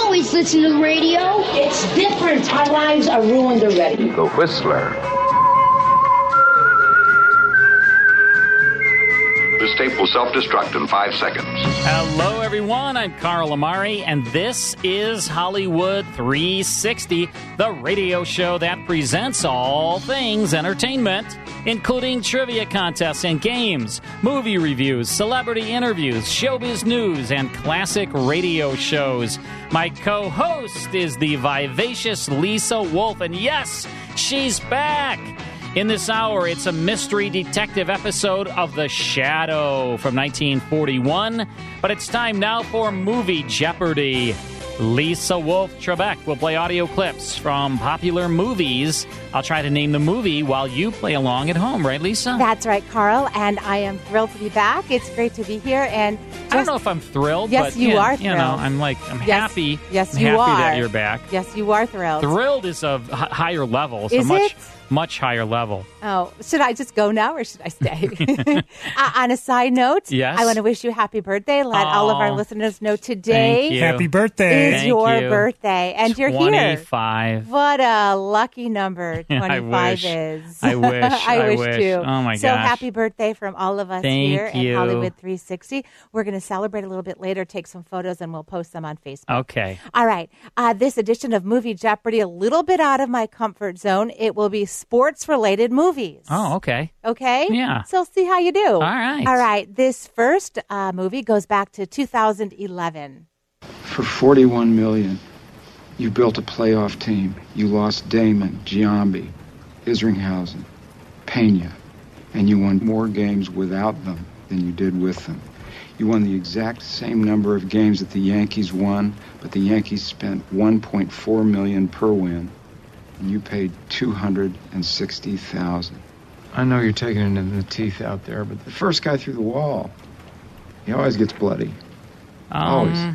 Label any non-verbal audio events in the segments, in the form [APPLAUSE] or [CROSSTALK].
always listen to the radio. It's different. Our lives are ruined already. The Whistler. This tape will self destruct in five seconds. Hello, everyone. I'm Carl Amari, and this is Hollywood 360, the radio show that presents all things entertainment, including trivia contests and games, movie reviews, celebrity interviews, showbiz news, and classic radio shows. My co host is the vivacious Lisa Wolf, and yes, she's back. In this hour, it's a mystery detective episode of The Shadow from 1941. But it's time now for Movie Jeopardy. Lisa Wolf Trebek will play audio clips from popular movies. I'll try to name the movie while you play along at home, right, Lisa? That's right, Carl, and I am thrilled to be back. It's great to be here, and I don't know if I'm thrilled, Yes, but you yeah, are You know, thrilled. I'm like I'm Yes, happy. yes, I'm you happy that are. you're back. yes, you are thrilled. Thrilled is a h- higher level, so Is much it? much higher level. oh, should I just go now or should I [LAUGHS] stay? [LAUGHS] uh, on a side note, Yes. I want to wish you happy birthday. Let all of Aw. our listeners know today Thank you. Happy birthday. is Thank your you. birthday, and you're here. 25. What a lucky number [LAUGHS] I 25 wish. is. [LAUGHS] I wish. I wish, wish. too. Oh, my so gosh. happy birthday from all of us Thank here you. at Hollywood 360. We're going to celebrate a little bit later, take some photos, and we'll post them on Facebook. Okay. All right. Uh, this edition of Movie Jeopardy, a little bit out of my comfort zone. It will be sports related movies. Oh, okay. Okay. Yeah. So see how you do. All right. All right. This first uh, movie goes back to 2011. For 41 million, you built a playoff team. You lost Damon, Giambi, Isringhausen, Pena, and you won more games without them than you did with them. You won the exact same number of games that the Yankees won, but the Yankees spent 1.4 million per win, and you paid 260,000. I know you're taking it in the teeth out there, but the first guy through the wall, he always gets bloody. Um, Always.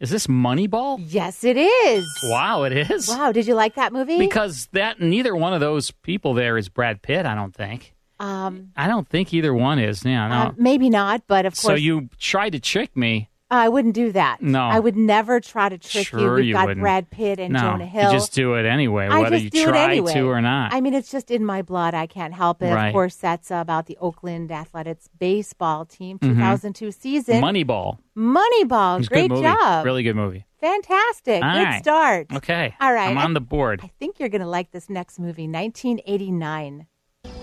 Is this Moneyball? Yes, it is. Wow, it is. Wow. Did you like that movie? Because that neither one of those people there is Brad Pitt. I don't think. um, I don't think either one is. Yeah. No. um, maybe not, but of course, so you tried to trick me. I wouldn't do that. No. I would never try to trick you. Sure We've you got wouldn't. Brad Pitt and no, Jonah Hill. you just do it anyway, I whether just you do try it anyway. to or not. I mean, it's just in my blood. I can't help it. Right. Of course, that's about the Oakland Athletics baseball team, 2002 season. Moneyball. Moneyball. It was Mm-hmm. a Great good movie. job. Really good movie. Fantastic. All good right. start. Okay. All right. I'm I- on the board. I think you're going to like this next movie, 1989.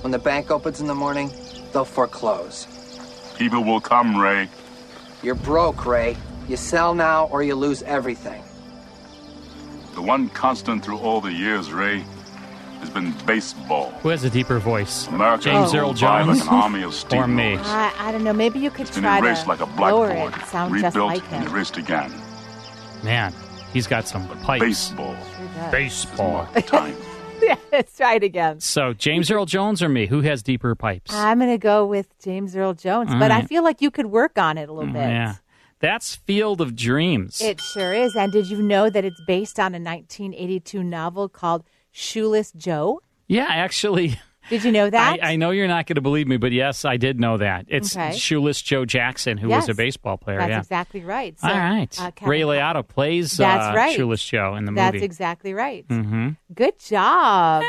When the bank opens in the morning, they'll foreclose. People will come, Ray. You're broke, Ray. You sell now or you lose everything. The one constant through all the years, Ray, has been baseball. Who has a deeper voice? America James is Earl revived Jones Like an army of or me? steamrollers. I, I don't know. Maybe you could It's been try erased to like a lower blackboard, it. Sound rebuilt just like him. and erased again. Man, [LAUGHS] he's got some pipes. Baseball Sure does. is Baseball. marked time. [LAUGHS] yeah, let's try it again. So James Earl Jones or me? Who has deeper pipes? I'm going to go with James Earl Jones, but I right. feel like you could work on it a little bit. Mm, Yeah. That's Field of Dreams. It sure is. And did you know that it's based on a 1982 novel called Shoeless Joe? yeah, actually, [LAUGHS] Did you know I, that? I know you're not going to believe me, but yes, I did know that. It's Okay. shoeless Joe Jackson, who was Yes. a baseball player. That's yeah. exactly right. So, All right. uh, Kevin- Ray Liotta plays That's uh, right. shoeless Joe in the That's movie. exactly right. mm-hmm. Good job.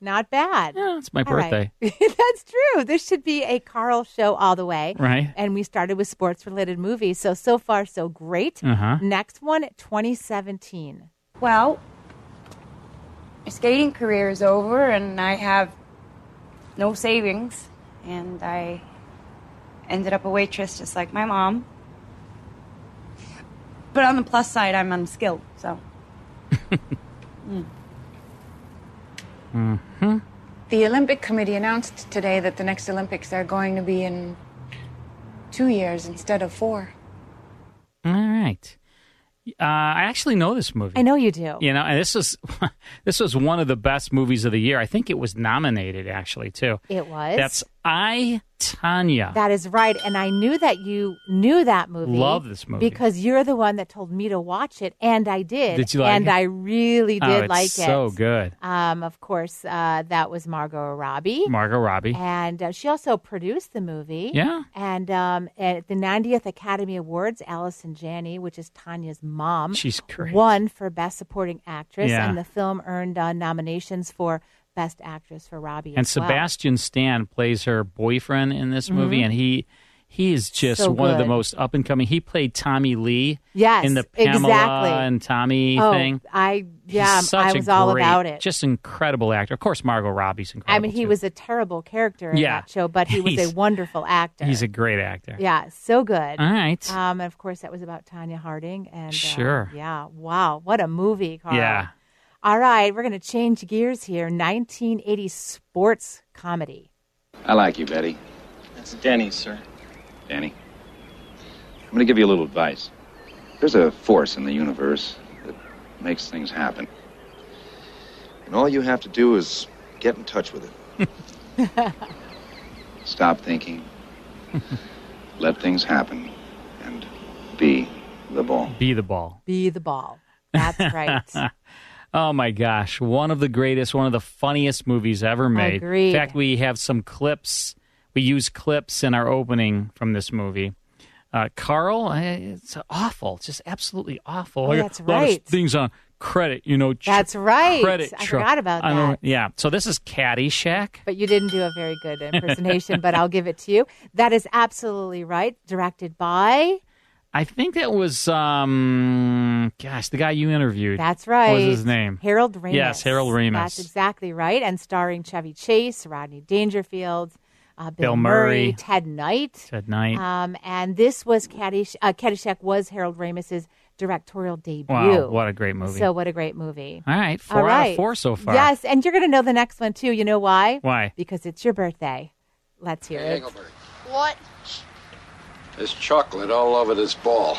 Not bad. yeah, it's my All right. birthday, [LAUGHS] That's true. This should be a Carl show all the way. right? And we started with sports related movies. So, so far, so great. Uh huh. Next one, 2017. Well, my skating career is over, and I have no savings, and I ended up a waitress just like my mom. But on the plus side, I'm unskilled, so. Mm-hmm. The Olympic Committee announced today that the next Olympics are going to be in two years instead of four. All right. Uh, I actually know this movie. I know you do. You know, and this was [LAUGHS] this was one of the best movies of the year. I think it was nominated actually too. It was. That's I Tanya. That is right. And I knew that you knew that movie. Love this movie. Because you're the one that told me to watch it, and I did. Did you like And it? I really Oh, did it's like it. so good. Um, of course, uh, that was Margot Robbie. Margot Robbie. And uh, she also produced the movie. Yeah. And um, at the 90th Academy Awards, Allison Janney, which is Tanya's mom, She's great. won for Best Supporting Actress. Yeah. And the film earned uh, nominations for Best Actress for Robbie. and as well. Sebastian Stan plays her boyfriend in this movie, Mhm. and he he is just So one of the good. most up and coming. He played Tommy Lee, Yes, in the Pamela exactly. and Tommy oh, thing. I, He's yeah, such I a was all great- about it. Just incredible actor. Of course, Margot Robbie's incredible. I mean, he was a terrible character in Yeah. that show, but he was He's- a wonderful actor. He's a great actor. Yeah, so good. All right. Um, and of course, that was about Tanya Harding. And uh, Sure. yeah. Wow. What a movie, Carl. Yeah. All right, we're going to change gears here. 1980 sports comedy. [LAUGHS] I like you, Betty. That's Denny, sir. Danny. I'm going to give you a little advice. There's a force in the universe that makes things happen. And all you have to do is get in touch with it. Stop [LAUGHS] thinking. Let things happen. And be the ball. Be the ball. Be the ball. That's right. [LAUGHS] oh my gosh, one of the greatest, one of the funniest movies ever made. Agreed. In fact, we have some clips. We use clips in our opening from this movie. Uh, Carl, I- it's awful. It's just absolutely awful. Oh, I got that's a lot of right. things on credit, you know. tr- That's right. Credit. I tr- forgot about I don't- that. Yeah. So this is Caddyshack. But you didn't do a very good impersonation, but I'll give it to you. That is absolutely right. Directed by. I think that was, um, gosh, the guy you interviewed. That's right. What was his name? Harold Ramis. Yes, Harold Ramis. That's exactly right. And starring Chevy Chase, Rodney Dangerfield, uh, Bill, Bill Murray. Ted Knight. Ted Knight. Um, and this was Caddish- uh, Caddyshack was Harold Ramis's directorial debut. Wow, what a great movie. So what a great movie. All right, four All out of right. four so far. Yes, and you're going to know the next one too. You know why? Why? Because it's your birthday. Let's hear it. What? There's chocolate all over this ball.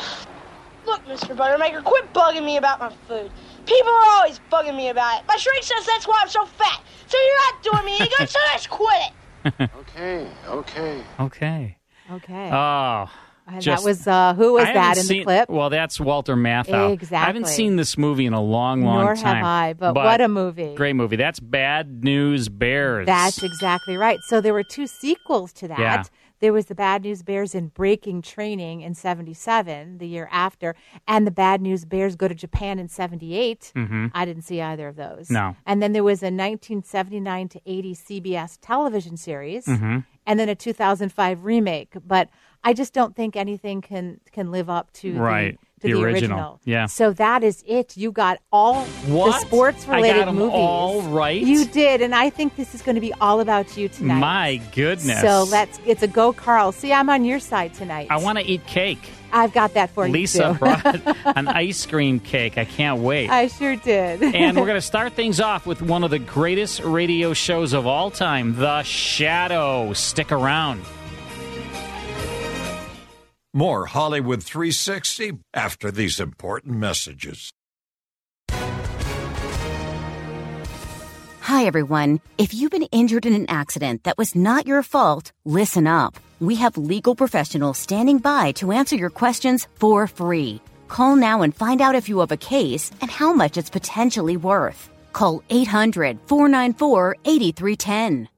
Look, Mr. Buttermaker, quit bugging me about my food. People are always bugging me about it. My shrink says that's why I'm so fat. So you're not doing me any good, so let's quit it. [LAUGHS] Okay, okay. Okay. Okay. Oh. And just- that was uh, who was I haven't that in seen- the clip? Well, that's Walter Matthau. I Exactly. haven't seen this movie in a long, long Nor have time. I, but what a movie. Great movie. That's Bad News Bears. That's exactly right. So there were two sequels to that. Yeah. There was the Bad News Bears in Breaking Training in 77, the year after, and the Bad News Bears go to Japan in 78. Mm-hmm. Mhm. I didn't see either of those. No. And then there was a 1979 to 80 CBS television series Mm-hmm. Mhm. and then a 2005 remake, but I just don't think anything can can live up to the- Right. to The the, original. Yeah. So that is it. You got all What? the sports related I got 'em movies. all right. You did, and I think this is going to be all about you tonight. My goodness. So let's. It's a go, Carl. See, I'm on your side tonight. I want to eat cake. I've got that for you. Lisa too. brought an ice cream cake. I can't [LAUGHS] wait. I sure did. [LAUGHS] and we're going to start things off with one of the greatest radio shows of all time, The Shadow. Stick around. More Hollywood 360 after these important messages. Hi, everyone. If you've been injured in an accident that was not your fault, listen up. We have legal professionals standing by to answer your questions for free. Call now and find out if you have a case and how much it's potentially worth. Call 800 494 8310.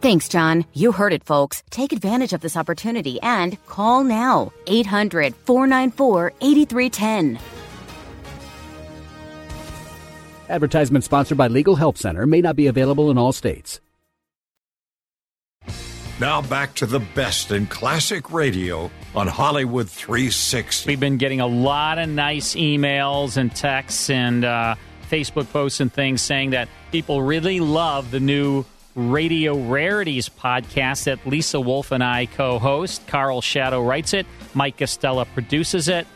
Thanks, John. You heard it, folks. Take advantage of this opportunity and call now 800 494 8310. Advertisement sponsored by Legal Help Center may not be available in all states. Now back to the best in classic radio on Hollywood 360. We've been getting a lot of nice emails and texts and uh, Facebook posts and things saying that people really love the new Radio Rarities podcast that Lisa Wolf and I co host. Carl Shadow writes it, Mike Costella produces it.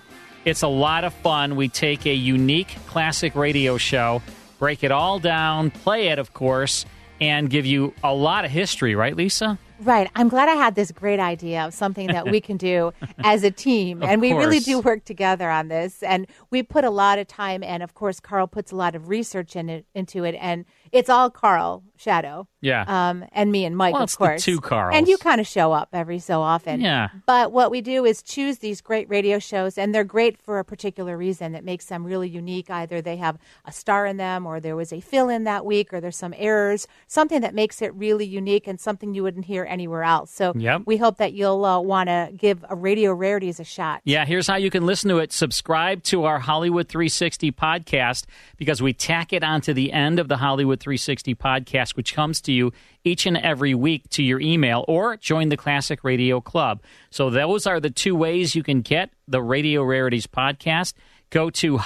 It's a lot of fun. We take a unique classic radio show, break it all down, play it, of course, and give you a lot of history, right, Lisa? Right. I'm glad I had this great idea of something that we can [LAUGHS] do as a team. Of and we really course. do work together on this. And we put a lot of time and of course Carl puts a lot of research in it, into it and it's all Carl Shadow. Yeah. Um and me and Mike Well, of it's the course. two Carls. And you kind of show up every so often. Yeah. But what we do is choose these great radio shows and they're great for a particular reason that makes them really unique. Either they have a star in them or there was a fill in that week or there's some errors, something that makes it really unique and something you wouldn't hear anywhere else. So Yep. we hope that you'll uh, want to give a Radio Rarities a shot. Yeah, here's how you can listen to it. Subscribe to our Hollywood 360 podcast because we tack it onto the end of the Hollywood 360 podcast, which comes to you each and every week to your email, or join the Classic Radio Club. So, those are the two ways you can get the Radio Rarities podcast. Go to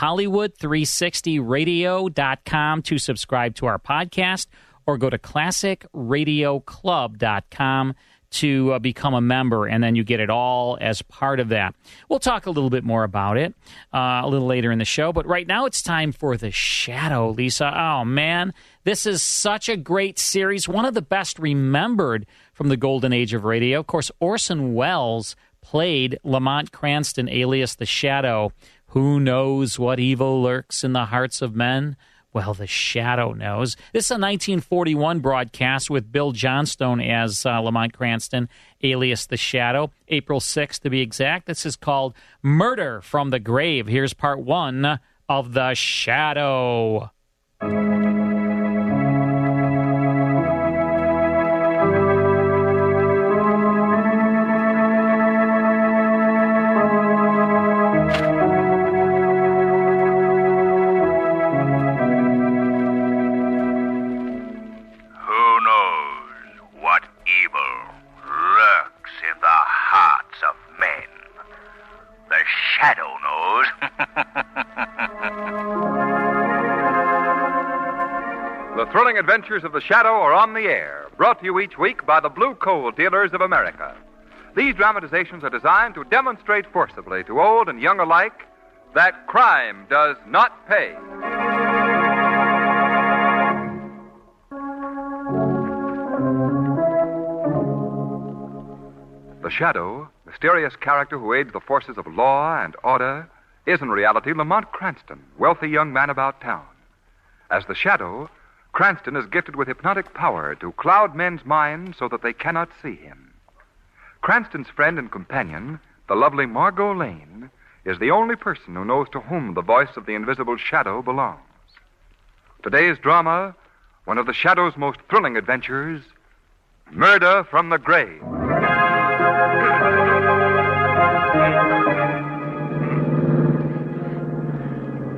Hollywood360radio.com to subscribe to our podcast, or go to classicradioclub.com to uh, become a member, and then you get it all as part of that. We'll talk a little bit more about it uh, a little later in the show, but right now it's time for The Shadow, Lisa. Oh, man, this is such a great series, one of the best remembered from the golden age of radio. Of course, Orson Welles played Lamont Cranston, alias The Shadow. Who knows what evil lurks in the hearts of men? Well, the shadow knows. This is a 1941 broadcast with Bill Johnstone as uh, Lamont Cranston, alias the Shadow, April 6th to be exact. This is called Murder from the Grave. Here's part one of The Shadow. Who knows what evil lurks in the hearts of men? The shadow The thrilling adventures of the Shadow are on the air, brought to you each week by the Blue Coal Dealers of America. These dramatizations are designed to demonstrate forcibly to old and young alike that crime does not pay. The Shadow, mysterious character who aids the forces of law and order, is in reality Lamont Cranston, wealthy young man about town. As the Shadow, Cranston is gifted with hypnotic power to cloud men's minds so that they cannot see him. Cranston's friend and companion, the lovely Margot Lane, is the only person who knows to whom the voice of the invisible shadow belongs. Today's drama, one of the Shadow's most thrilling adventures Murder from the Grave.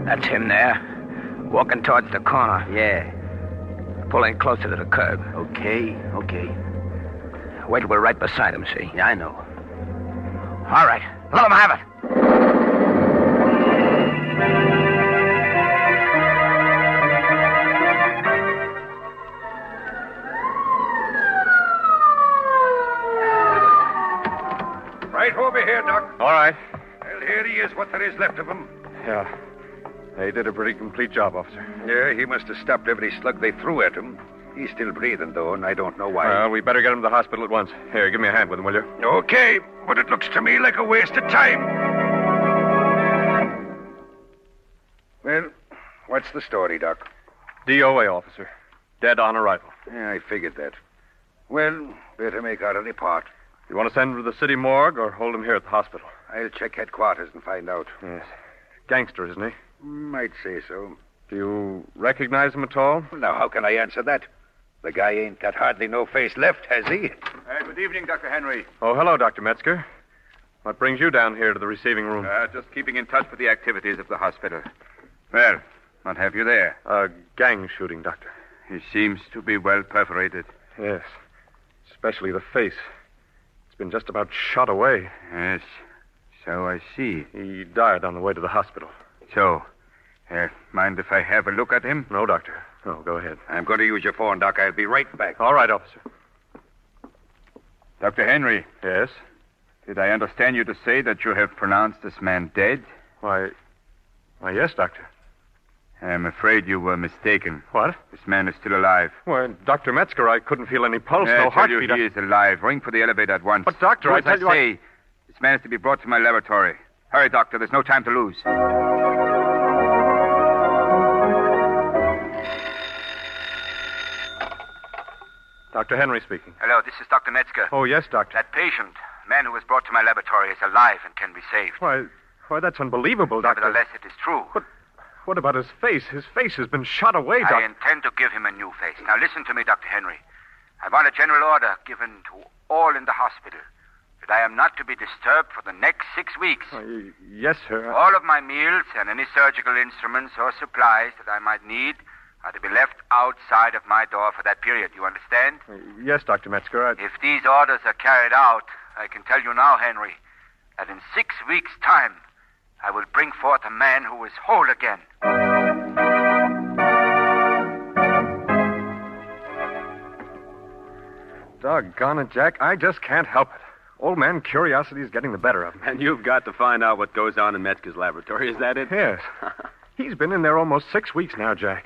That's him there, walking towards the corner. Yeah. Pull in closer to the curb. Okay, okay. Wait, till we're right beside him, see? Yeah, I know. All right, let him have it. Right over here, Doc. All right. Well, here he is, what there is left of him. Yeah. They did a pretty complete job, officer. Yeah, he must have stopped every slug they threw at him. He's still breathing, though, and I don't know why. Well, we better get him to the hospital at once. Here, give me a hand with him, will you? Okay, but it looks to me like a waste of time. Well, what's the story, Doc? DOA, officer. Dead on arrival. Yeah, I figured that. Well, better make out a report. You want to send him to the city morgue or hold him here at the hospital? I'll check headquarters and find out. Yes. Gangster, isn't he? Might say so. Do you recognize him at all? Now, how can I answer that? The guy ain't got hardly no face left, has he? good evening, Dr. Henry. Oh, hello, Dr. Metzger. What brings you down here to the receiving room? Uh, just keeping in touch with the activities of the hospital. well, Not have you there. a gang shooting, Doctor. He seems to be well perforated. Yes. Especially the face. It's been just about shot away. Yes. So I see. He died on the way to the hospital. So, Here, Uh, mind if I have a look at him? No, Doctor. No, Oh, go ahead. I'm going to use your phone, Doc. I'll be right back. All right, officer. Dr. Henry, Yes? did I understand you to say that you have pronounced this man dead? Why, why, yes, Doctor. I'm afraid you were mistaken. What? This man is still alive. Why, Dr. Metzger, I couldn't feel any pulse, Yeah, I no tell heartbeat. you, he is alive. Ring for the elevator at once. But, Doctor, Do I as tell I you, I- say, this man is to be brought to my laboratory. Hurry, Doctor. There's no time to lose. Dr. Henry speaking. Hello, this is Dr. Metzger. Oh, yes, Doctor. That patient, man who was brought to my laboratory, is alive and can be saved. Why, why, that's unbelievable, Doctor. Nevertheless, it is true. What about his face? His face has been shot away, I Doctor. intend to give him a new face. Now, listen to me, Dr. Henry. I want a general order given to all in the hospital that I am not to be disturbed for the next six weeks. Why, yes, sir. All of my meals and any surgical instruments or supplies that I might need are to be left outside of my door for that period. You understand? Yes, Dr. Metzger. I... If these orders are carried out, I can tell you now, Henry, that in six weeks' time, I will bring forth a man who is whole again. Doggone it, Jack. I just can't help it. Old man curiosity is getting the better of me. And you've got to find out what goes on in Metzger's laboratory. Is that it? [LAUGHS] Yes. He's been in there almost six weeks now, Jack.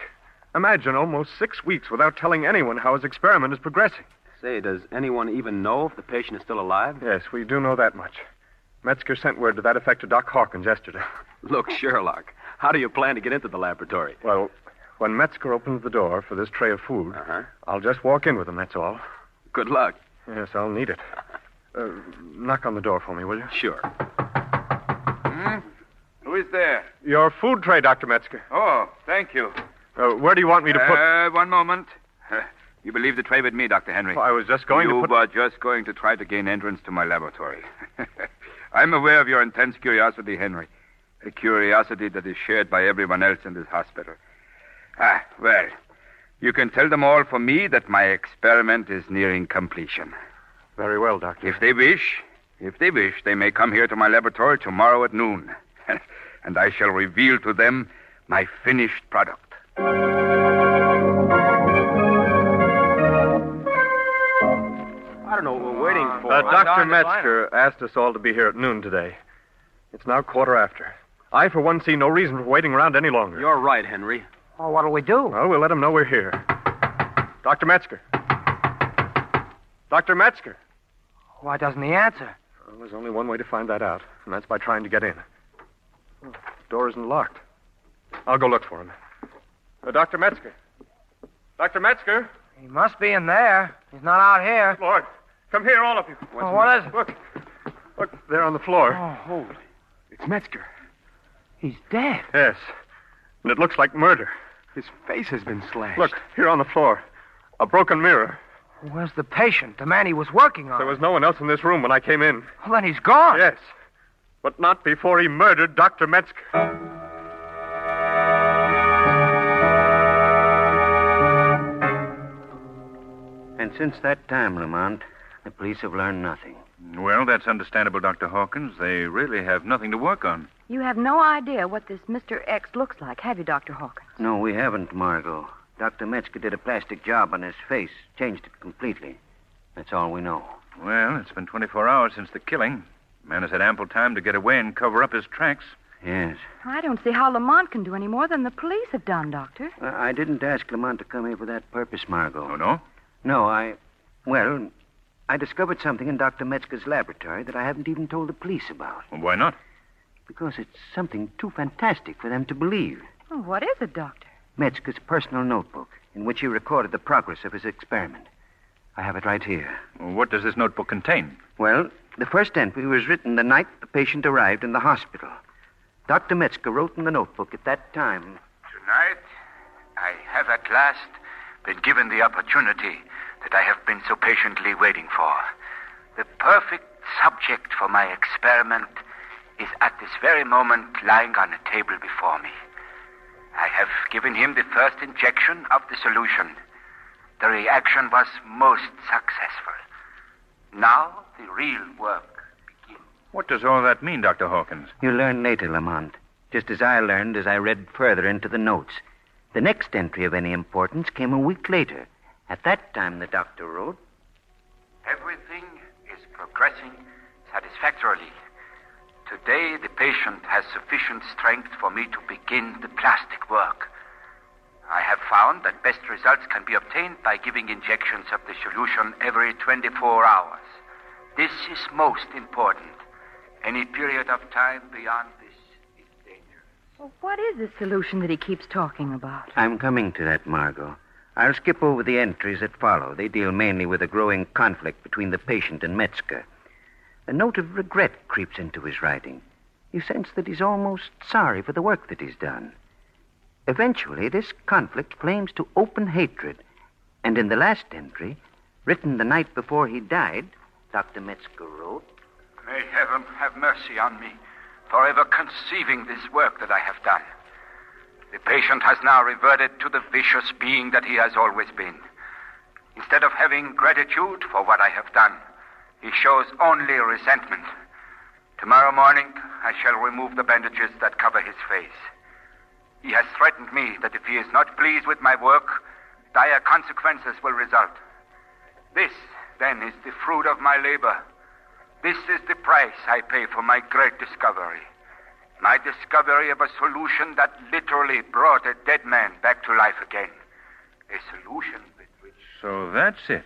Imagine almost six weeks without telling anyone how his experiment is progressing. Say, does anyone even know if the patient is still alive? Yes, we do know that much. Metzger sent word to that effect to Doc Hawkins [LAUGHS] yesterday. Look, Sherlock, how do you plan to get into the laboratory? Well, when Metzger opens the door for this tray of food, Uh-huh. I'll just walk in with him, that's all. Good luck. Yes, I'll need [LAUGHS] it. Uh, knock on the door for me, will you? Sure. Hmm? Who is there? Your food tray, Dr. Metzger. Oh, thank you. Uh, where do you want me to [LAUGHS] put... Uh, one moment. [LAUGHS] You believe the tray with me, Dr. Henry. I was just going to you put... were just going to try to gain entrance to my laboratory. I'm aware of your intense curiosity, Henry. A curiosity that is shared by everyone else in this hospital. Ah, well, you can tell them all for me that my experiment is nearing completion. Very well, Doctor. If they wish, if they wish, they may come here to my laboratory tomorrow at noon. [LAUGHS] and I shall reveal to them my finished product. I don't know what we're waiting for. Uh, Dr. Metzger asked us all to be here at noon today. It's now quarter after. I, for one, see no reason for waiting around any longer. You're right, Henry. Well, what'll we do? Well, we'll let him know we're here. Dr. Metzger. Dr. Metzger. Why doesn't he answer? Well, there's only one way to find that out, and that's by trying to get in. Oh, door isn't locked. I'll go look for him. Uh, Dr. Metzger. Dr. Metzger. He must be in there. He's not out here. Lord, come here, all of you. Well, what is it? Look. Look, there on the floor. Oh, holy. It's Metzger. He's dead. Yes. And it looks like murder. His face has been slashed. Look, here on the floor. A broken mirror. Where's the patient? The man he was working on. There was no one else in this room when I came in. Well, then he's gone. Yes. But not before he murdered Dr. Metzger. And since that time, Lamont, the police have learned nothing. Well, that's understandable, Dr. Hawkins. They really have nothing to work on. You have no idea what this Mr. X looks like, have you, Dr. Hawkins? No, we haven't, Margot. Dr. Metzger did a plastic job on his face, changed it completely. That's all we know. Well, it's been 24 hours since the killing. Man has had ample time to get away and cover up his tracks. Yes. I don't see how Lamont can do any more than the police have done, Doctor. Uh, I I didn't ask Lamont to come here for that purpose, Margot. Oh, no? No, I. Well, I discovered something in Dr. Metzger's laboratory that I haven't even told the police about. Well, why not? Because it's something too fantastic for them to believe. Well, what is it, Doctor? Metzger's personal notebook, in which he recorded the progress of his experiment. I have it right here. What does this notebook contain? Well, the first entry was written the night the patient arrived in the hospital. Dr. Metzger wrote in the notebook at that time Tonight, I have at last been given the opportunity that I have been so patiently waiting for. The perfect subject for my experiment is at this very moment lying on a table before me. I have given him the first injection of the solution. The reaction was most successful. Now, the real work. What does all that mean, Dr. Hawkins? You learn later, Lamont. just as I learned as I read further into the notes. The next entry of any importance came a week later. At that time, the doctor wrote, Everything is progressing satisfactorily. Today, the patient has sufficient strength for me to begin the plastic work. I have found that best results can be obtained by giving injections of the solution every 24 hours. This is most important. Any period of time beyond this. Well, what is this solution that he keeps talking about? I'm coming to that, Margot. I'll skip over the entries that follow. They deal mainly with a growing conflict between the patient and Metzger. A note of regret creeps into his writing. You sense that he's almost sorry for the work that he's done. Eventually, this conflict flames to open hatred, and in the last entry, written the night before he died, Dr. Metzger wrote, May heaven have mercy on me for ever conceiving this work that I have done. The patient has now reverted to the vicious being that he has always been. Instead of having gratitude for what I have done, he shows only resentment. Tomorrow morning, I shall remove the bandages that cover his face. He has threatened me that if he is not pleased with my work, dire consequences will result. This, then, is the fruit of my labor. This is the price I pay for my great discovery. My discovery of a solution that literally brought a dead man back to life again. A solution with which. So that's it.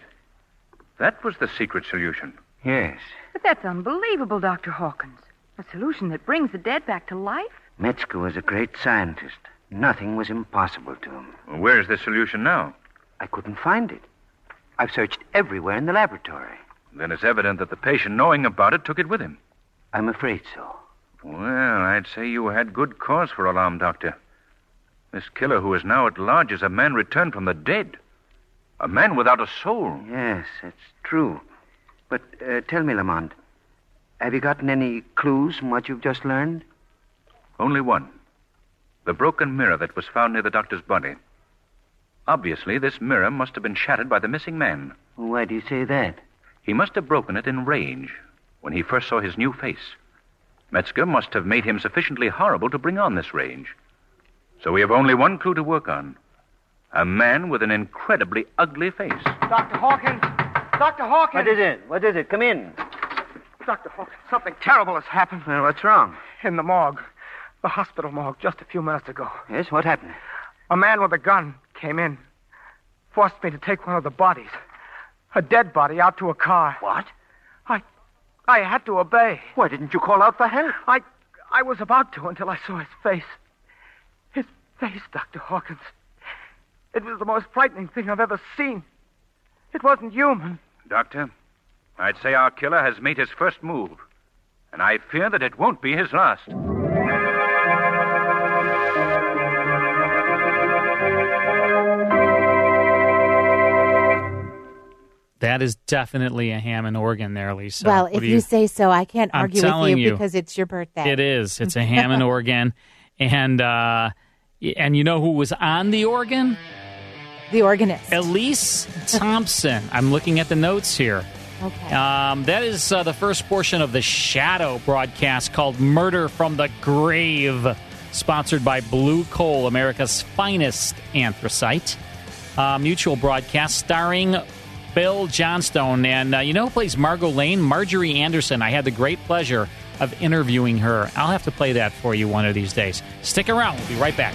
That was the secret solution. Yes. But that's unbelievable, Dr. Hawkins. A solution that brings the dead back to life? Metzger was a great scientist. Nothing was impossible to him. Well, where's the solution now? I couldn't find it. I've searched everywhere in the laboratory. Then it's evident that the patient, knowing about it, took it with him. I'm afraid so. Well, I'd say you had good cause for alarm, Doctor. This killer who is now at large is a man returned from the dead. A man without a soul. Yes, it's true. But uh, tell me, Lamont, have you gotten any clues from what you've just learned? Only one the broken mirror that was found near the doctor's body. Obviously, this mirror must have been shattered by the missing man. Why do you say that? He must have broken it in rage when he first saw his new face. Metzger must have made him sufficiently horrible to bring on this rage. So we have only one clue to work on a man with an incredibly ugly face. Dr. Hawkins! Dr. Hawkins! What is it? What is it? Come in. Dr. Hawkins, something terrible has happened. Well, what's wrong? In the morgue, the hospital morgue, just a few minutes ago. Yes, what happened? A man with a gun came in, forced me to take one of the bodies, a dead body, out to a car. What? I, I had to obey. Why didn't you call out for help? I, I was about to until I saw his face. His face, Dr. Hawkins. It was the most frightening thing I've ever seen. It wasn't human. Doctor, I'd say our killer has made his first move, and I fear that it won't be his last. That is definitely a Hammond organ there, Lisa. well, What if do you, say so, I can't I'm argue telling with you, you. because it's your birthday. It [LAUGHS] is. It's a Hammond organ, and uh, y- and you know who was on the organ? The organist, Elise Thompson. I'm looking at the notes here. Okay. Um, that is uh, the first portion of the Shadow broadcast called "Murder from the Grave," sponsored by Blue Coal, America's finest anthracite. Uh, mutual broadcast starring Bill Johnstone. And uh, you know who plays Margot Lane? Marjorie Anderson. I had the great pleasure of interviewing her. I'll have to play that for you one of these days. Stick around. We'll be right back.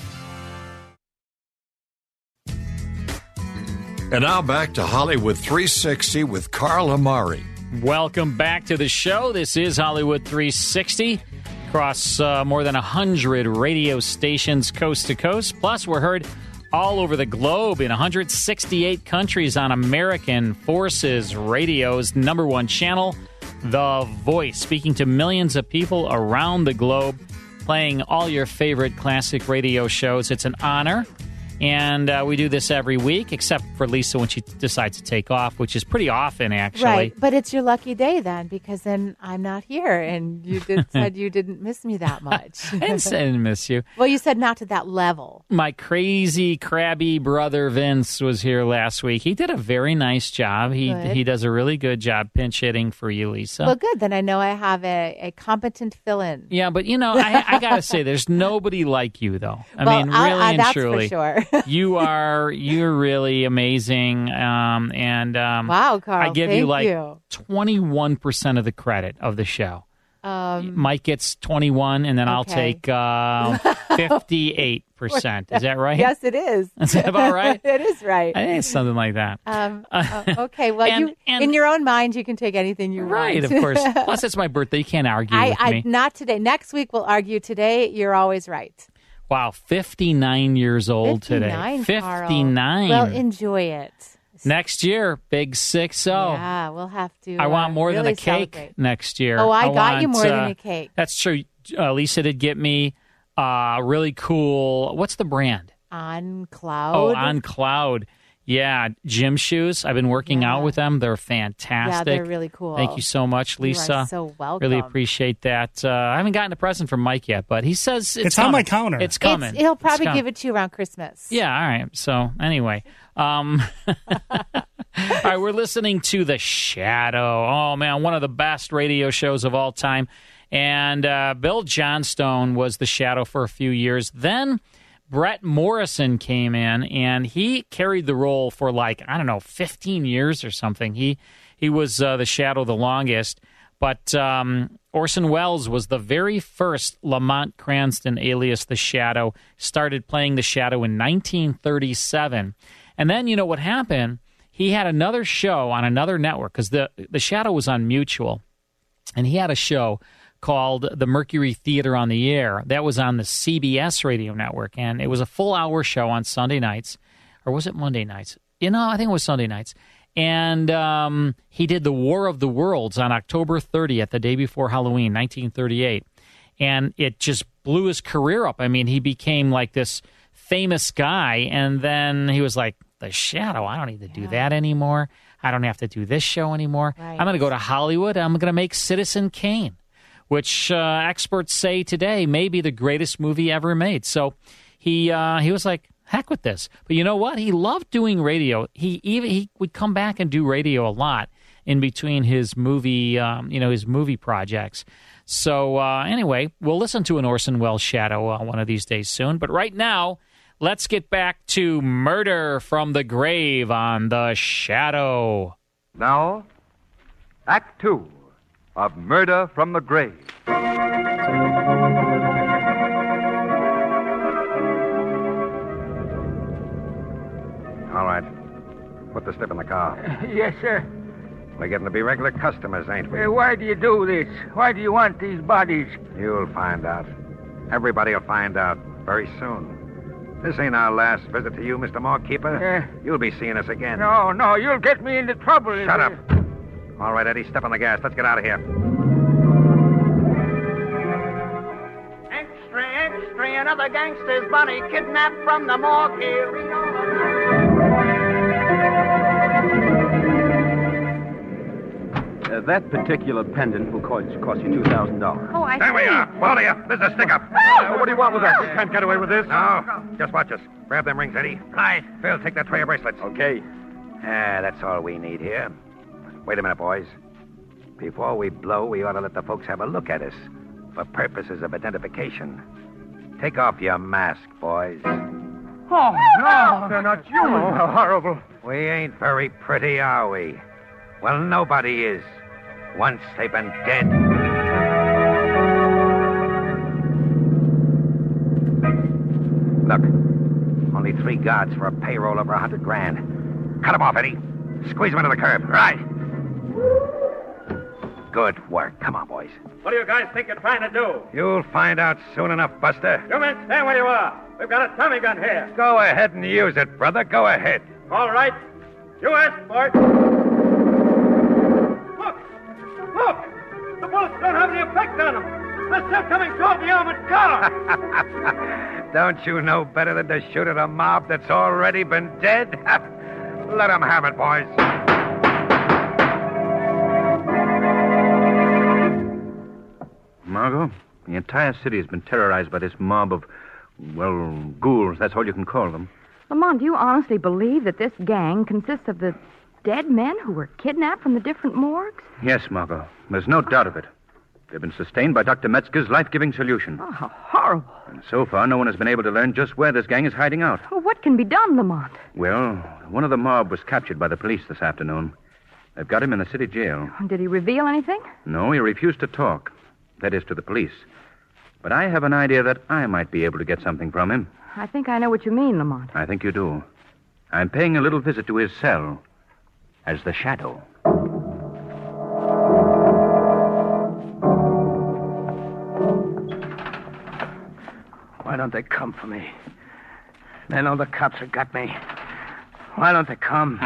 And now back to Hollywood 360 with Carl Amari. Welcome back to the show. This is Hollywood 360 across uh, more than 100 radio stations coast to coast. Plus, we're heard all over the globe in 168 countries on American Forces Radio's number one channel, The Voice, speaking to millions of people around the globe, playing all your favorite classic radio shows. It's an honor. And uh, we do this every week, except for Lisa when she decides to take off, which is pretty often, actually. Right, but it's your lucky day then, because then I'm not here, and [LAUGHS] you did, said you didn't miss me that much. I didn't, say I didn't miss you. [LAUGHS] well, you said not to that level. My crazy, crabby brother Vince was here last week. He did a very nice job. He Good. he does a really good job pinch hitting for you, Lisa. well, good. Then I know I have a, a competent fill-in. yeah, but you know, Oh, I, [LAUGHS] I gotta say, there's nobody like you, though. I Well, mean, really I- I- and that's for truly, sure. [LAUGHS] you are you're really amazing. Um, and um, Wow, Carl, I give you thank like you. twenty one percent of the credit of the show. Um, [LAUGHS] Mike gets 21, and then I'll Okay. [LAUGHS] take um 58%. Is that right? Yes, it is. [LAUGHS] Is that about right? [LAUGHS] it is right. I think it's something like that. Um, [LAUGHS] uh, okay, well, you, in your own mind, you can take anything you Right, want. of course. [LAUGHS] Plus, it's my birthday. You can't argue I, with I me. not today. Next week we'll argue. Today, you're always right. Wow, 59 years old today. 59, Carl. 59. Well, enjoy it. next year, big 6 0. Yeah, we'll have to. I want uh, more than really a cake celebrate. next year. Oh, I got you want, more than uh, a cake. That's true. Uh, Lisa did get me uh, really cool. What's the brand? On cloud. Oh, on cloud. Yeah, gym shoes. I've been working out with them. They're fantastic. Yeah, they're really cool. Thank you so much, You are Lisa. so Really welcome. appreciate that. Uh, I haven't gotten a present from Mike yet, but he says it's, It's on my coming. counter. It's coming. It's- he'll It's probably coming. give it to you around Christmas. Yeah, all right. So anyway, um, [LAUGHS] all right, we're listening to The Shadow. Oh man, one of the best radio shows of all time. And uh, Bill Johnstone was The Shadow for a few years. Then Brett Morrison came in, and he carried the role for like I don't know, fifteen years or something. He he was uh, The Shadow the longest. But um, Orson Welles was the very first Lamont Cranston, alias the Shadow, started playing the Shadow in 1937. And then, you know what happened? He had another show on another network because the, the Shadow was on Mutual. And he had a show called The Mercury Theater on the Air that was on the CBS radio network. And it was a full hour show on Sunday nights. Or was it Monday nights? You know, I think it was Sunday nights. And um, he did The War of the Worlds on October 30th, the day before Halloween, 1938. And it just blew his career up. I mean, he became like this famous guy. And then he was like, The Shadow, I don't need to do that anymore. I don't have to do this show anymore. I'm going to go to Hollywood. I'm going to make Citizen Kane, which uh, experts say today may be the greatest movie ever made. So he uh, he was like, "Heck with this!" But you know what? He loved doing radio. He even he would come back and do radio a lot in between his movie um, you know his movie projects. So uh, anyway, we'll listen to an Orson Welles shadow uh, one of these days soon. But right now. Let's get back to Murder from the Grave on The Shadow. Now, Act Two of Murder from the Grave. All right. Put the slip in the car. [LAUGHS] Yes, sir. We're getting to be regular customers, ain't we? Uh, why do you do this? Why do you want these bodies? You'll find out. Everybody will find out very soon. This ain't our last visit to you, Mr. Morekeeper. You'll be seeing us again. Oh, No, no, you'll get me into trouble. if Shut you- up. All right, Eddie, step on the gas. Let's get out of here. Extra, extra, another gangster's body kidnapped from the morgue here. Uh, that particular pendant will cost, cost you $2,000. Oh, I there we see. are. Hold of you. This is a stick up. Uh, what do you want with us? We can't get away with this. No. Just watch us. Grab them rings, Eddie. Right. Phil, take that tray of bracelets. Okay. Ah, that's all we need here. Wait a minute, boys. Before we blow, we ought to let the folks have a look at us for purposes of identification. Take off your mask, boys. Oh, no, they're not human. Oh, how horrible. We ain't very pretty, are we? Well, nobody is. Once they've been dead. Look, only three guards for a payroll over a hundred grand. Cut 'em off, Eddie. Squeeze 'em into the curb. Right. Good work. Come on, boys. What do you guys think you're trying to do? You'll find out soon enough, Buster. You men stay where you are. We've got a Tommy gun here. Go ahead and use it, brother. Go ahead. All right. You asked for it. Look! Look! The bullets don't have any effect on them. They're still coming toward the armored car. Don't you know better than to shoot at a mob that's already been dead? [LAUGHS] Let 'em have it, boys. Margot, the entire city has been terrorized by this mob of, well, ghouls. That's all you can call them. Lamont, do you honestly believe that this gang consists of the dead men who were kidnapped from the different morgues? Yes, Margot. There's no doubt of it. They've been sustained by Dr. Metzger's life giving solution. Oh, how horrible. And so far, no one has been able to learn just where this gang is hiding out. Well, what can be done, Lamont? Well, one of the mob was captured by the police this afternoon. They've got him in the city jail. Did he reveal anything? No, he refused to talk. That is, to the police. But I have an idea that I might be able to get something from him. I think I know what you mean, Lamont. I think you do. I'm paying a little visit to his cell as the shadow. Why don't they come for me? They know the cops have got me. Why don't they come?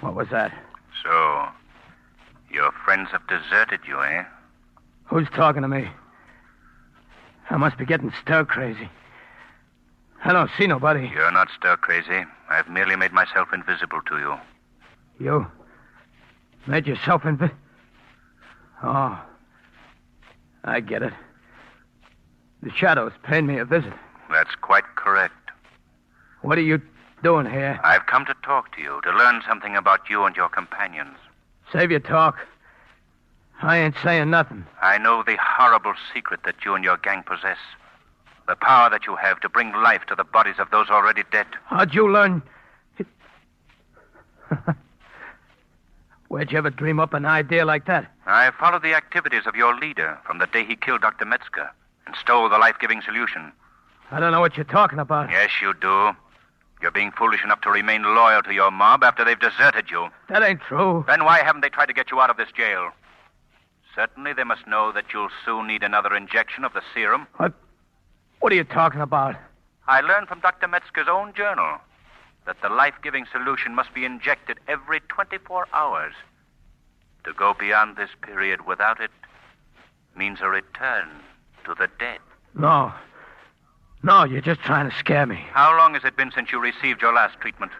what was that? So, your friends have deserted you, eh? Who's talking to me? I must be getting stir crazy. I don't see nobody. You're not stir crazy. I've merely made myself invisible to you. You made yourself invi. Oh, I get it. The shadows paid me a visit. That's quite correct. What are you doing here? I've come to talk to you, to learn something about you and your companions. Save your talk. I ain't saying nothing. I know the horrible secret that you and your gang possess. The power that you have to bring life to the bodies of those already dead. How'd you learn? [LAUGHS] Where'd you ever dream up an idea like that? I followed the activities of your leader from the day he killed Dr. Metzger and stole the life giving solution. I don't know what you're talking about. Yes, you do. You're being foolish enough to remain loyal to your mob after they've deserted you. That ain't true. Then why haven't they tried to get you out of this jail? Certainly, they must know that you'll soon need another injection of the serum. What are you talking about? I learned from Dr. Metzger's own journal that the life giving solution must be injected every 24 hours. To go beyond this period without it means a return to the dead. No. No, you're just trying to scare me. How long has it been since you received your last treatment?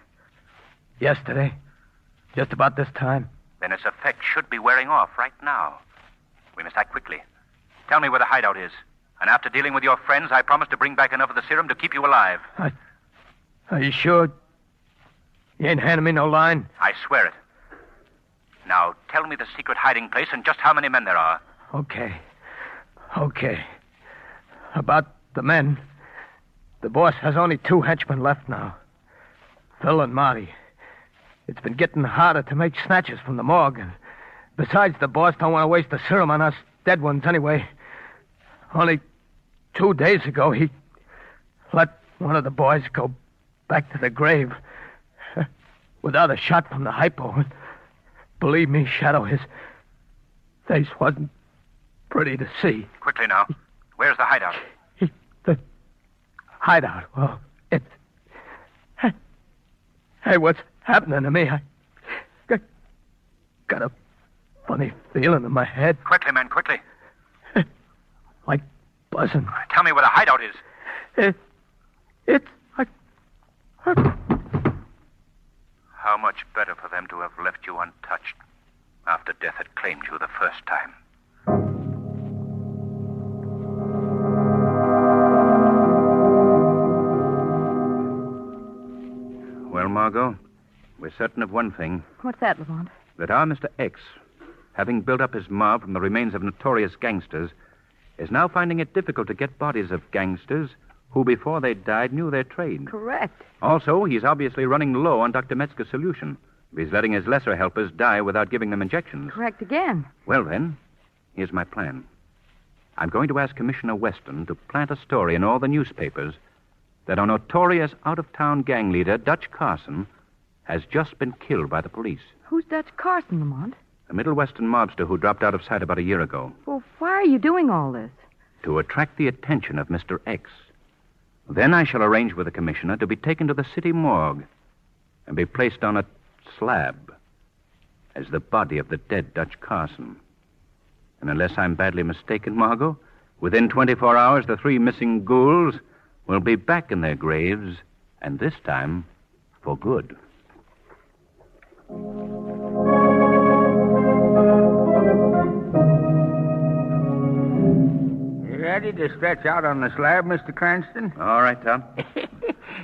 Yesterday, just about this time, Then its effect should be wearing off right now. We must act quickly. Tell me where the hideout is. And after dealing with your friends, I promise to bring back enough of the serum to keep you alive. are you sure? You ain't handing me no line? I swear it. Now, tell me the secret hiding place and just how many men there are. Okay. Okay. About the men, the boss has only two henchmen left now Phil and Marty. It's been getting harder to make snatches from the morgue. And besides, the boss don't want to waste the serum on us dead ones anyway. Only two days ago, he let one of the boys go back to the grave [LAUGHS] without a shot from the hypo. And believe me, Shadow, his face wasn't pretty to see. Quickly now. Where's the hideout? hideout. Well, it. Hey, what's happening to me? I got, got a funny feeling in my head, Quickly, men, quickly. like buzzing. Tell me where the hideout is. It, it's like. How much better for them to have left you untouched after death had claimed you the first time. Well, Margot, we're certain of one thing What's that, Lamont? that our Mr. X, having built up his mob from the remains of notorious gangsters, is now finding it difficult to get bodies of gangsters who, before they died, knew their trade. Correct. Also, he's obviously running low on Dr. Metzger's solution. He's letting his lesser helpers die without giving them injections. Correct again. Well, then, here's my plan. I'm going to ask Commissioner Weston to plant a story in all the newspapers that a notorious out of town gang leader, Dutch Carson, has just been killed by the police. Who's Dutch Carson, Lamont? A Middle Western mobster who dropped out of sight about a year ago Well, why are you doing all this? to attract the attention of Mr. X. Then I shall arrange with the commissioner to be taken to the city morgue and be placed on a slab as the body of the dead Dutch Carson. And unless I'm badly mistaken, Margot, within 24 hours the three missing ghouls will be back in their graves, and this time for good. Ready to stretch out on the slab, Mr. Cranston? All right, Tom. [LAUGHS]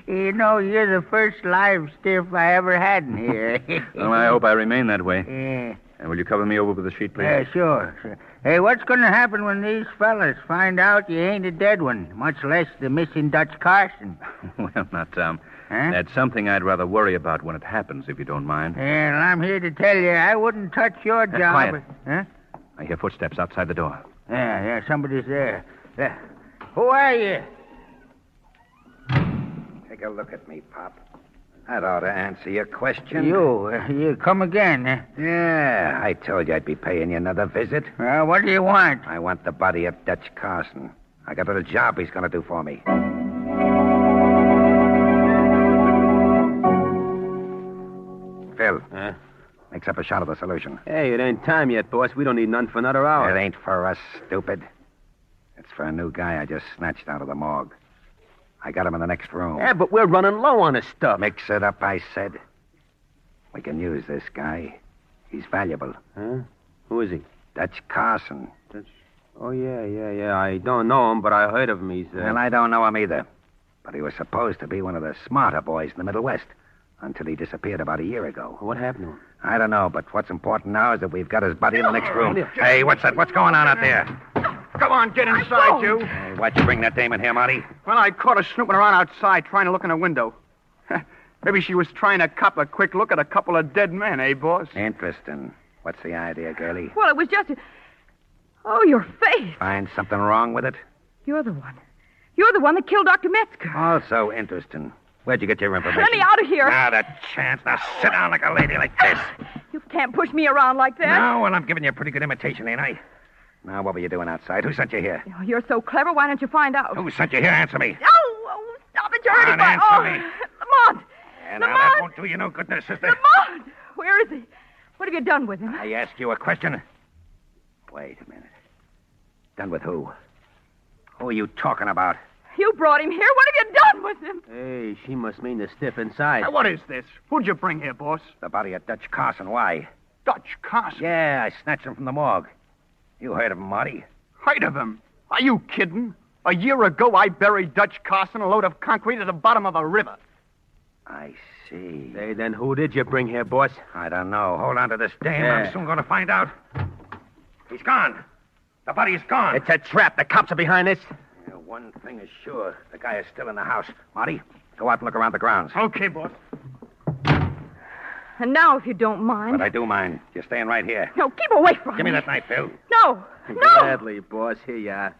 You know, you're the first live stiff I ever had in [LAUGHS] here. well, I hope I remain that way. Yeah. And will you cover me over with a sheet, please? Yeah, sure, sure. Hey, what's going to happen when these fellas find out you ain't a dead one, much less the missing Dutch Carson? [LAUGHS] well, now, Tom, that's something I'd rather worry about when it happens, if you don't mind. Well, I'm here to tell you, I wouldn't touch your Hey, job. quiet. Huh? I hear footsteps outside the door. Yeah, yeah, somebody's there. Yeah. Who are you? Take a look at me, Pop. That ought to answer your question. You, uh, you come again. eh? Yeah, I told you I'd be paying you another visit. Well, what do you want? I want the body of Dutch Carson. I got a little job he's going to do for me. Phil. Mix up a shot of the solution. Hey, it ain't time yet, boss. We don't need none for another hour. It ain't for us, stupid. It's for a new guy I just snatched out of the morgue. I got him in the next room. Yeah, but we're running low on this stuff. Mix it up, I said. We can use this guy. He's valuable. Huh? Who is he? Dutch Carson. Oh, yeah, yeah, yeah. I don't know him, but I heard of him. He's. Uh... Well, I don't know him either. But he was supposed to be one of the smarter boys in the Middle West until he disappeared about a year ago. What happened to him? I don't know, but what's important now is that we've got his body in the next room. Hey, what's that? What's going on out there? [LAUGHS] Come on, get inside, you. Hey, why'd you bring that dame in here, Marty? Well, I caught her snooping around outside, trying to look in a window. [LAUGHS] Maybe she was trying to cop a quick look at a couple of dead men, eh, boss? Interesting. What's the idea, girlie? Well, it was just. Oh, your face. Find something wrong with it? You're the one. You're the one that killed Dr. Metzger. Also interesting. Where'd you get your information? Let me out of here. Not a chance. Now sit down like a lady like [LAUGHS] this. You can't push me around like that. No, well, I'm giving you a pretty good imitation, ain't I? Now, what were you doing outside? Who sent you here? Oh, You're so clever. Why don't you find out? Who sent you here? Answer me. Oh, oh, stop it. You're Come hurting my... on, Oh, answer Lamont. And now that Lamont. won't do you no good, sister. Lamont. Where is he? What have you done with him? I ask you a question. Wait a minute. Done with who? Who are you talking about? You brought him here. What have you done with him? Hey, she must mean the stiff inside. Now, what is this? Who'd you bring here, boss? The body of Dutch Carson. Why? Dutch Carson. Yeah, I snatched him from the morgue. You heard of him, Marty. Height of him. Are you kidding? A year ago, I buried Dutch Carson a load of concrete at the bottom of a river. I see. Hey, then who did you bring here, boss? I don't know. Hold on to this dame. Yeah. I'm soon going to find out. He's gone. The body is gone. It's a trap. The cops are behind this. Yeah, One thing is sure. The guy is still in the house. Marty, go out and look around the grounds. Okay, boss. And now, if you don't mind. But I do mind. You're staying right here. No, keep away from Give me that knife, Phil. No. No. Gladly, boss. Here you are.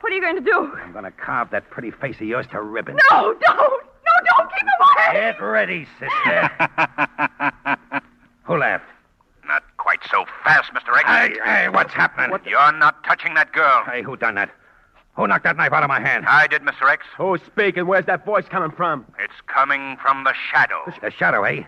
What are you going to do? I'm going to carve that pretty face of yours to ribbons. No, don't. No, don't. Keep away. Get ready, [LAUGHS] sister. Who laughed? Not quite so fast, Mr. X. Hey, hey, what's happening? You're not touching that girl. Hey, who done that? Who knocked that knife out of my hand? I did, Mr. X. Who's speaking? Where's that voice coming from? It's coming from the shadow. The shadow, eh?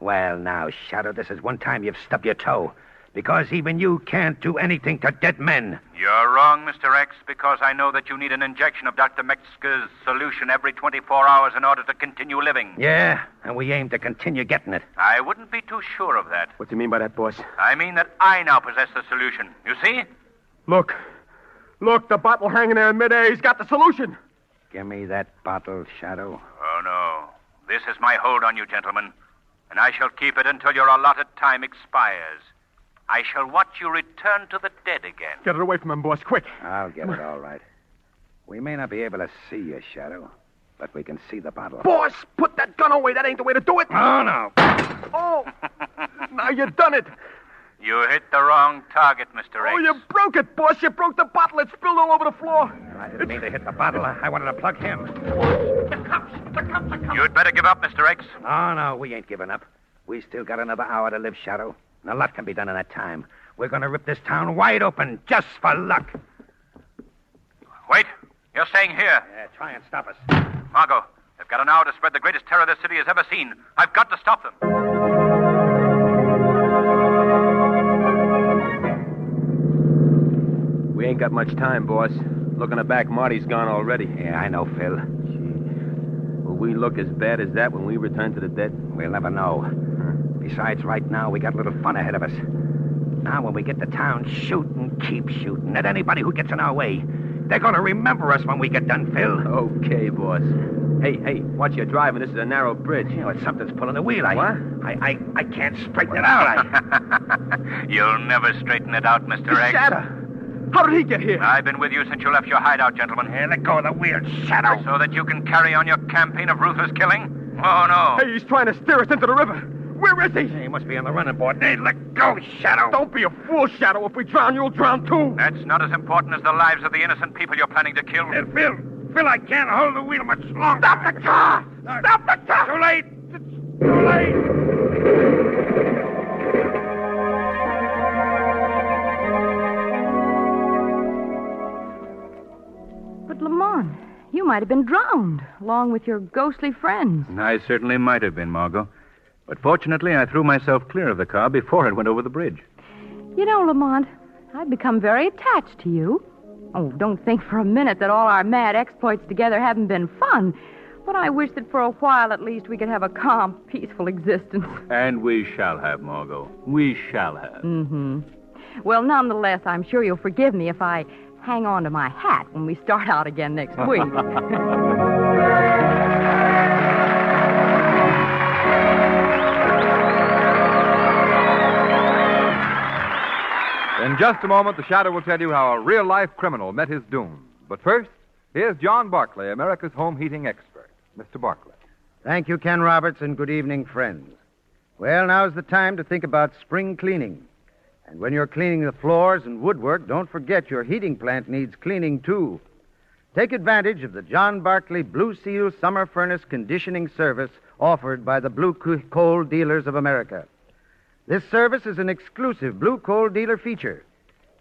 Well, now, Shadow, this is one time you've stubbed your toe. Because even you can't do anything to dead men. You're wrong, Mr. X, because I know that you need an injection of Dr. Metzger's solution every 24 hours in order to continue living. Yeah, and we aim to continue getting it. I wouldn't be too sure of that. What do you mean by that, boss? I mean that I now possess the solution. You see? Look. Look, the bottle hanging there in midair. He's got the solution. Give me that bottle, Shadow. Oh, no. This is my hold on you, gentlemen. and I shall keep it until your allotted time expires. I shall watch you return to the dead again. Get it away from him, boss, quick. I'll get it all right. We may not be able to see your shadow, but we can see the bottle. Boss, put that gun away. That ain't the way to do it. No, no. [LAUGHS] Oh, now you done it. You hit the wrong target, Mr. Oh, Ace. you broke it, boss. You broke the bottle. It spilled all over the floor. I didn't mean to hit the bottle. I wanted to plug him. You'd better give up, Mr. X. No, no, we ain't giving up. We still got another hour to live, Shadow. And a lot can be done in that time. We're going to rip this town wide open just for luck. Wait. You're staying here. Yeah, try and stop us. Margot, they've got an hour to spread the greatest terror this city has ever seen. I've got to stop them. We ain't got much time, boss. Looking to back, Marty's gone already. Yeah, I know, Phil. Will we look as bad as that when we return to the dead? We'll never know. Besides, right now, we got a little fun ahead of us. Now, when we get to town, shoot and keep shooting at anybody who gets in our way. They're going to remember us when we get done, Phil. Okay, boss. Hey, hey, watch your driving. This is a narrow bridge. You know, it's something's pulling the wheel. I, What? I, I, I can't straighten it out. I... [LAUGHS] [LAUGHS] You'll never straighten it out, Mr. Egg. How did he get here? I've been with you since you left your hideout, gentlemen. Yeah, let go of the wheel, Shadow. So that you can carry on your campaign of ruthless killing? Oh, no. Hey, he's trying to steer us into the river. Where is he? He must be on the running board. Hey, let go, Shadow. Don't be a fool, Shadow. If we drown, you'll drown too. That's not as important as the lives of the innocent people you're planning to kill. Hey, Phil, Phil, I can't hold the wheel much longer. Stop the car! Stop the car! Too late! But Lamont, you might have been drowned along with your ghostly friends. I certainly might have been, Margot. But fortunately, I threw myself clear of the car before it went over the bridge. You know, Lamont, I've become very attached to you. Oh, don't think for a minute that all our mad exploits together haven't been fun. But I wish that for a while at least we could have a calm, peaceful existence. And we shall have, Margot. We shall have. Mm-hmm. Well, nonetheless, I'm sure you'll forgive me if I hang on to my hat when we start out again next week. In just a moment, the Shadow will tell you how a real life criminal met his doom. But first, here's John Barclay, America's home heating expert. Mr. Barclay. Thank you, Ken Roberts, and good evening, friends. Well, now's the time to think about spring cleaning. And when you're cleaning the floors and woodwork, don't forget your heating plant needs cleaning too. Take advantage of the John Barkley Blue Seal Summer Furnace Conditioning Service offered by the Blue Co- Coal Dealers of America. This service is an exclusive Blue Coal Dealer feature.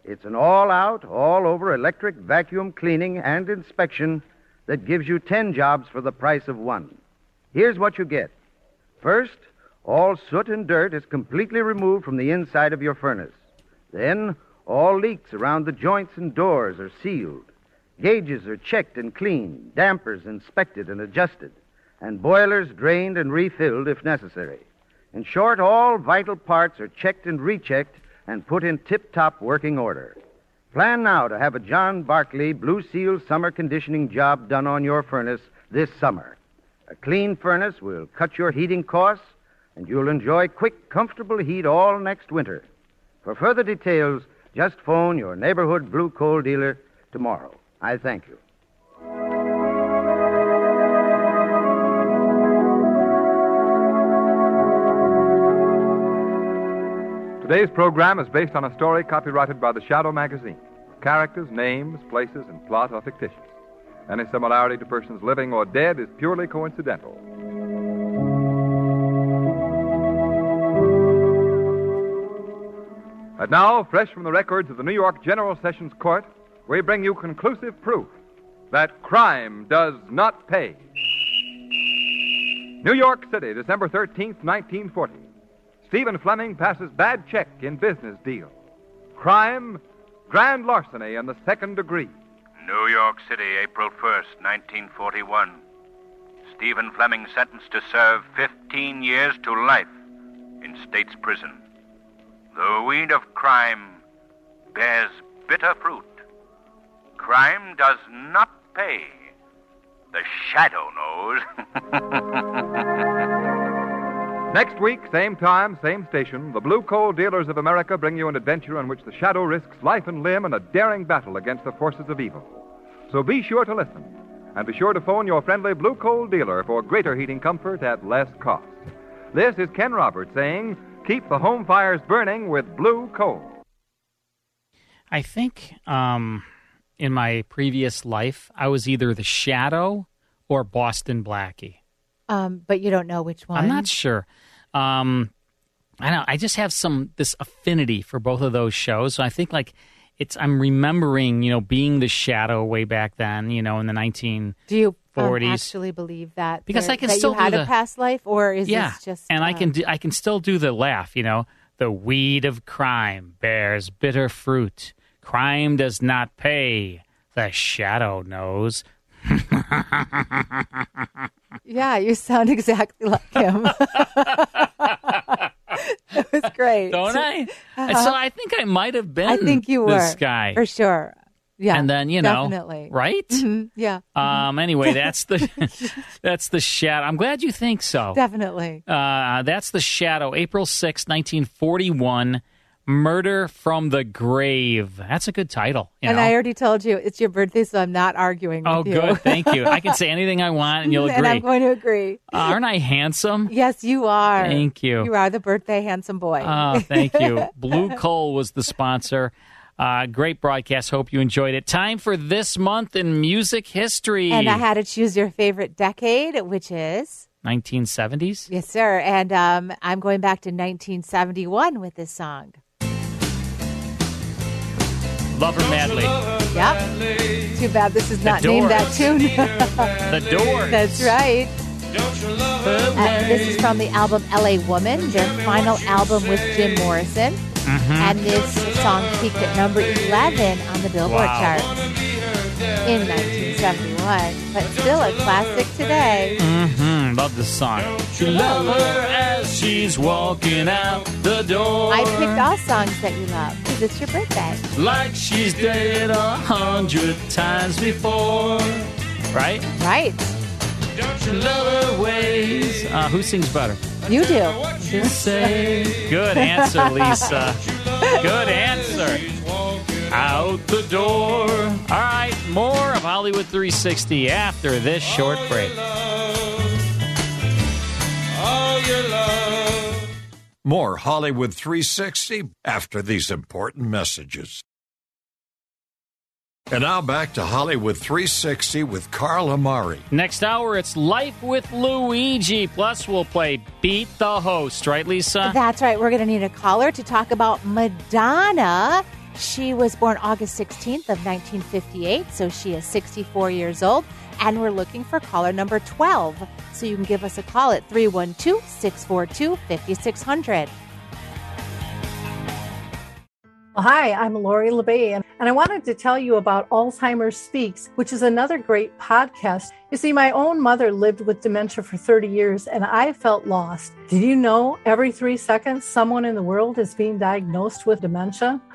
It's an all out, all over electric vacuum cleaning and inspection that gives you 10 jobs for the price of one. Here's what you get. First, all soot and dirt is completely removed from the inside of your furnace. Then, all leaks around the joints and doors are sealed. Gauges are checked and cleaned, dampers inspected and adjusted, and boilers drained and refilled if necessary. In short, all vital parts are checked and rechecked and put in tip top working order. Plan now to have a John Barkley Blue Seal summer conditioning job done on your furnace this summer. A clean furnace will cut your heating costs, and you'll enjoy quick, comfortable heat all next winter. For further details, just phone your neighborhood blue coal dealer tomorrow. I thank you. Today's program is based on a story copyrighted by the Shadow magazine. Characters, names, places, and plot are fictitious. Any similarity to persons living or dead is purely coincidental. And now, fresh from the records of the New York General Sessions Court, we bring you conclusive proof that crime does not pay. New York City, December 13th, 1940. Stephen Fleming passes bad check in business deal. Crime, grand larceny in the second degree. New York City, April 1st, 1941. Stephen Fleming sentenced to serve 15 years to life in state's prison. The weed of crime bears bitter fruit. Crime does not pay. [LAUGHS] The shadow knows. Next week, same time, same station, the Blue Coal Dealers of America bring you an adventure in which the shadow risks life and limb in a daring battle against the forces of evil. So be sure to listen, and be sure to phone your friendly Blue Coal dealer for greater heating comfort at less cost. This is Ken Roberts saying, keep the home fires burning with Blue Coal. I think um, in my previous life, I was either the Shadow or Boston Blackie. Um, but you don't know which one. I'm not sure. Um, I don't. I just have some this affinity for both of those shows. So I think like it's. I'm remembering you know being the Shadow way back then. You know in the 1940s. Do you um, actually believe that? Because there- I can that still you had do a the- past life, or is yeah, this just? and I uh, can do, I can still do the laugh. You know the weed of crime bears bitter fruit. Crime does not pay. The Shadow knows. [LAUGHS] Yeah, you sound [LAUGHS] exactly like [LAUGHS] him. it was great, [LAUGHS] Don't I? And Uh-huh. So I think I might have been. I think you were this guy for sure. Yeah, And then, you know, definitely right? Mhm, Yeah, Um. Anyway, that's the [LAUGHS] that's the shadow. I'm glad you think so. definitely. Uh, that's the shadow. April sixth, nineteen 1941. Murder from the grave. That's a good title. You and know? I already told you it's your birthday, so I'm not arguing. oh, with you. good. Thank you. [LAUGHS] I can say anything I want, and you'll agree. and I'm going to agree. Uh, aren't I handsome? Yes, you are. Thank you. You are the birthday handsome boy. Oh, thank [LAUGHS] you. [LAUGHS] Blue Coal was the sponsor. Uh, great broadcast. Hope you enjoyed it. Time for this month in music history. and I had to choose your favorite decade, which is 1970s. yes, sir. And um, I'm going back to 1971 with this song. Lover Madly. Yep. Too bad this is not named that Doors. tune. [LAUGHS] The Doors. That's right. And this is from the album LA Woman, their final album with Jim Morrison. And this song peaked at number 11 on the Billboard Wow. chart in 1971, but still a classic today. Mm-hmm. Love this song. You love her as she's walking out the door. I picked all songs that you love because it's your birthday. like she's dead a hundred times before. Right? Right. Don't you love her ways? Uh, who sings better? You do. You say. [LAUGHS] Good answer, Lisa. Good answer. Out the door. All right, more of Hollywood 360 after this short break. More Hollywood 360 after these important messages. And now back to Hollywood 360 with Carl Amari. Next hour, it's Life with Luigi. Plus, we'll play Beat the Host, right, Lisa? That's right. We're going to need a caller to talk about Madonna. She was born August 16th of 1958, so she is 64 years old. And we're looking for caller number 12. So you can give us a call at 312 642 5600. Well, Hi, I'm Lori LeBay, and, and I wanted to tell you about Alzheimer's Speaks, which is another great podcast. You see, my own mother lived with dementia for 30 years, and I felt lost. Did you know every three seconds someone in the world is being diagnosed with dementia?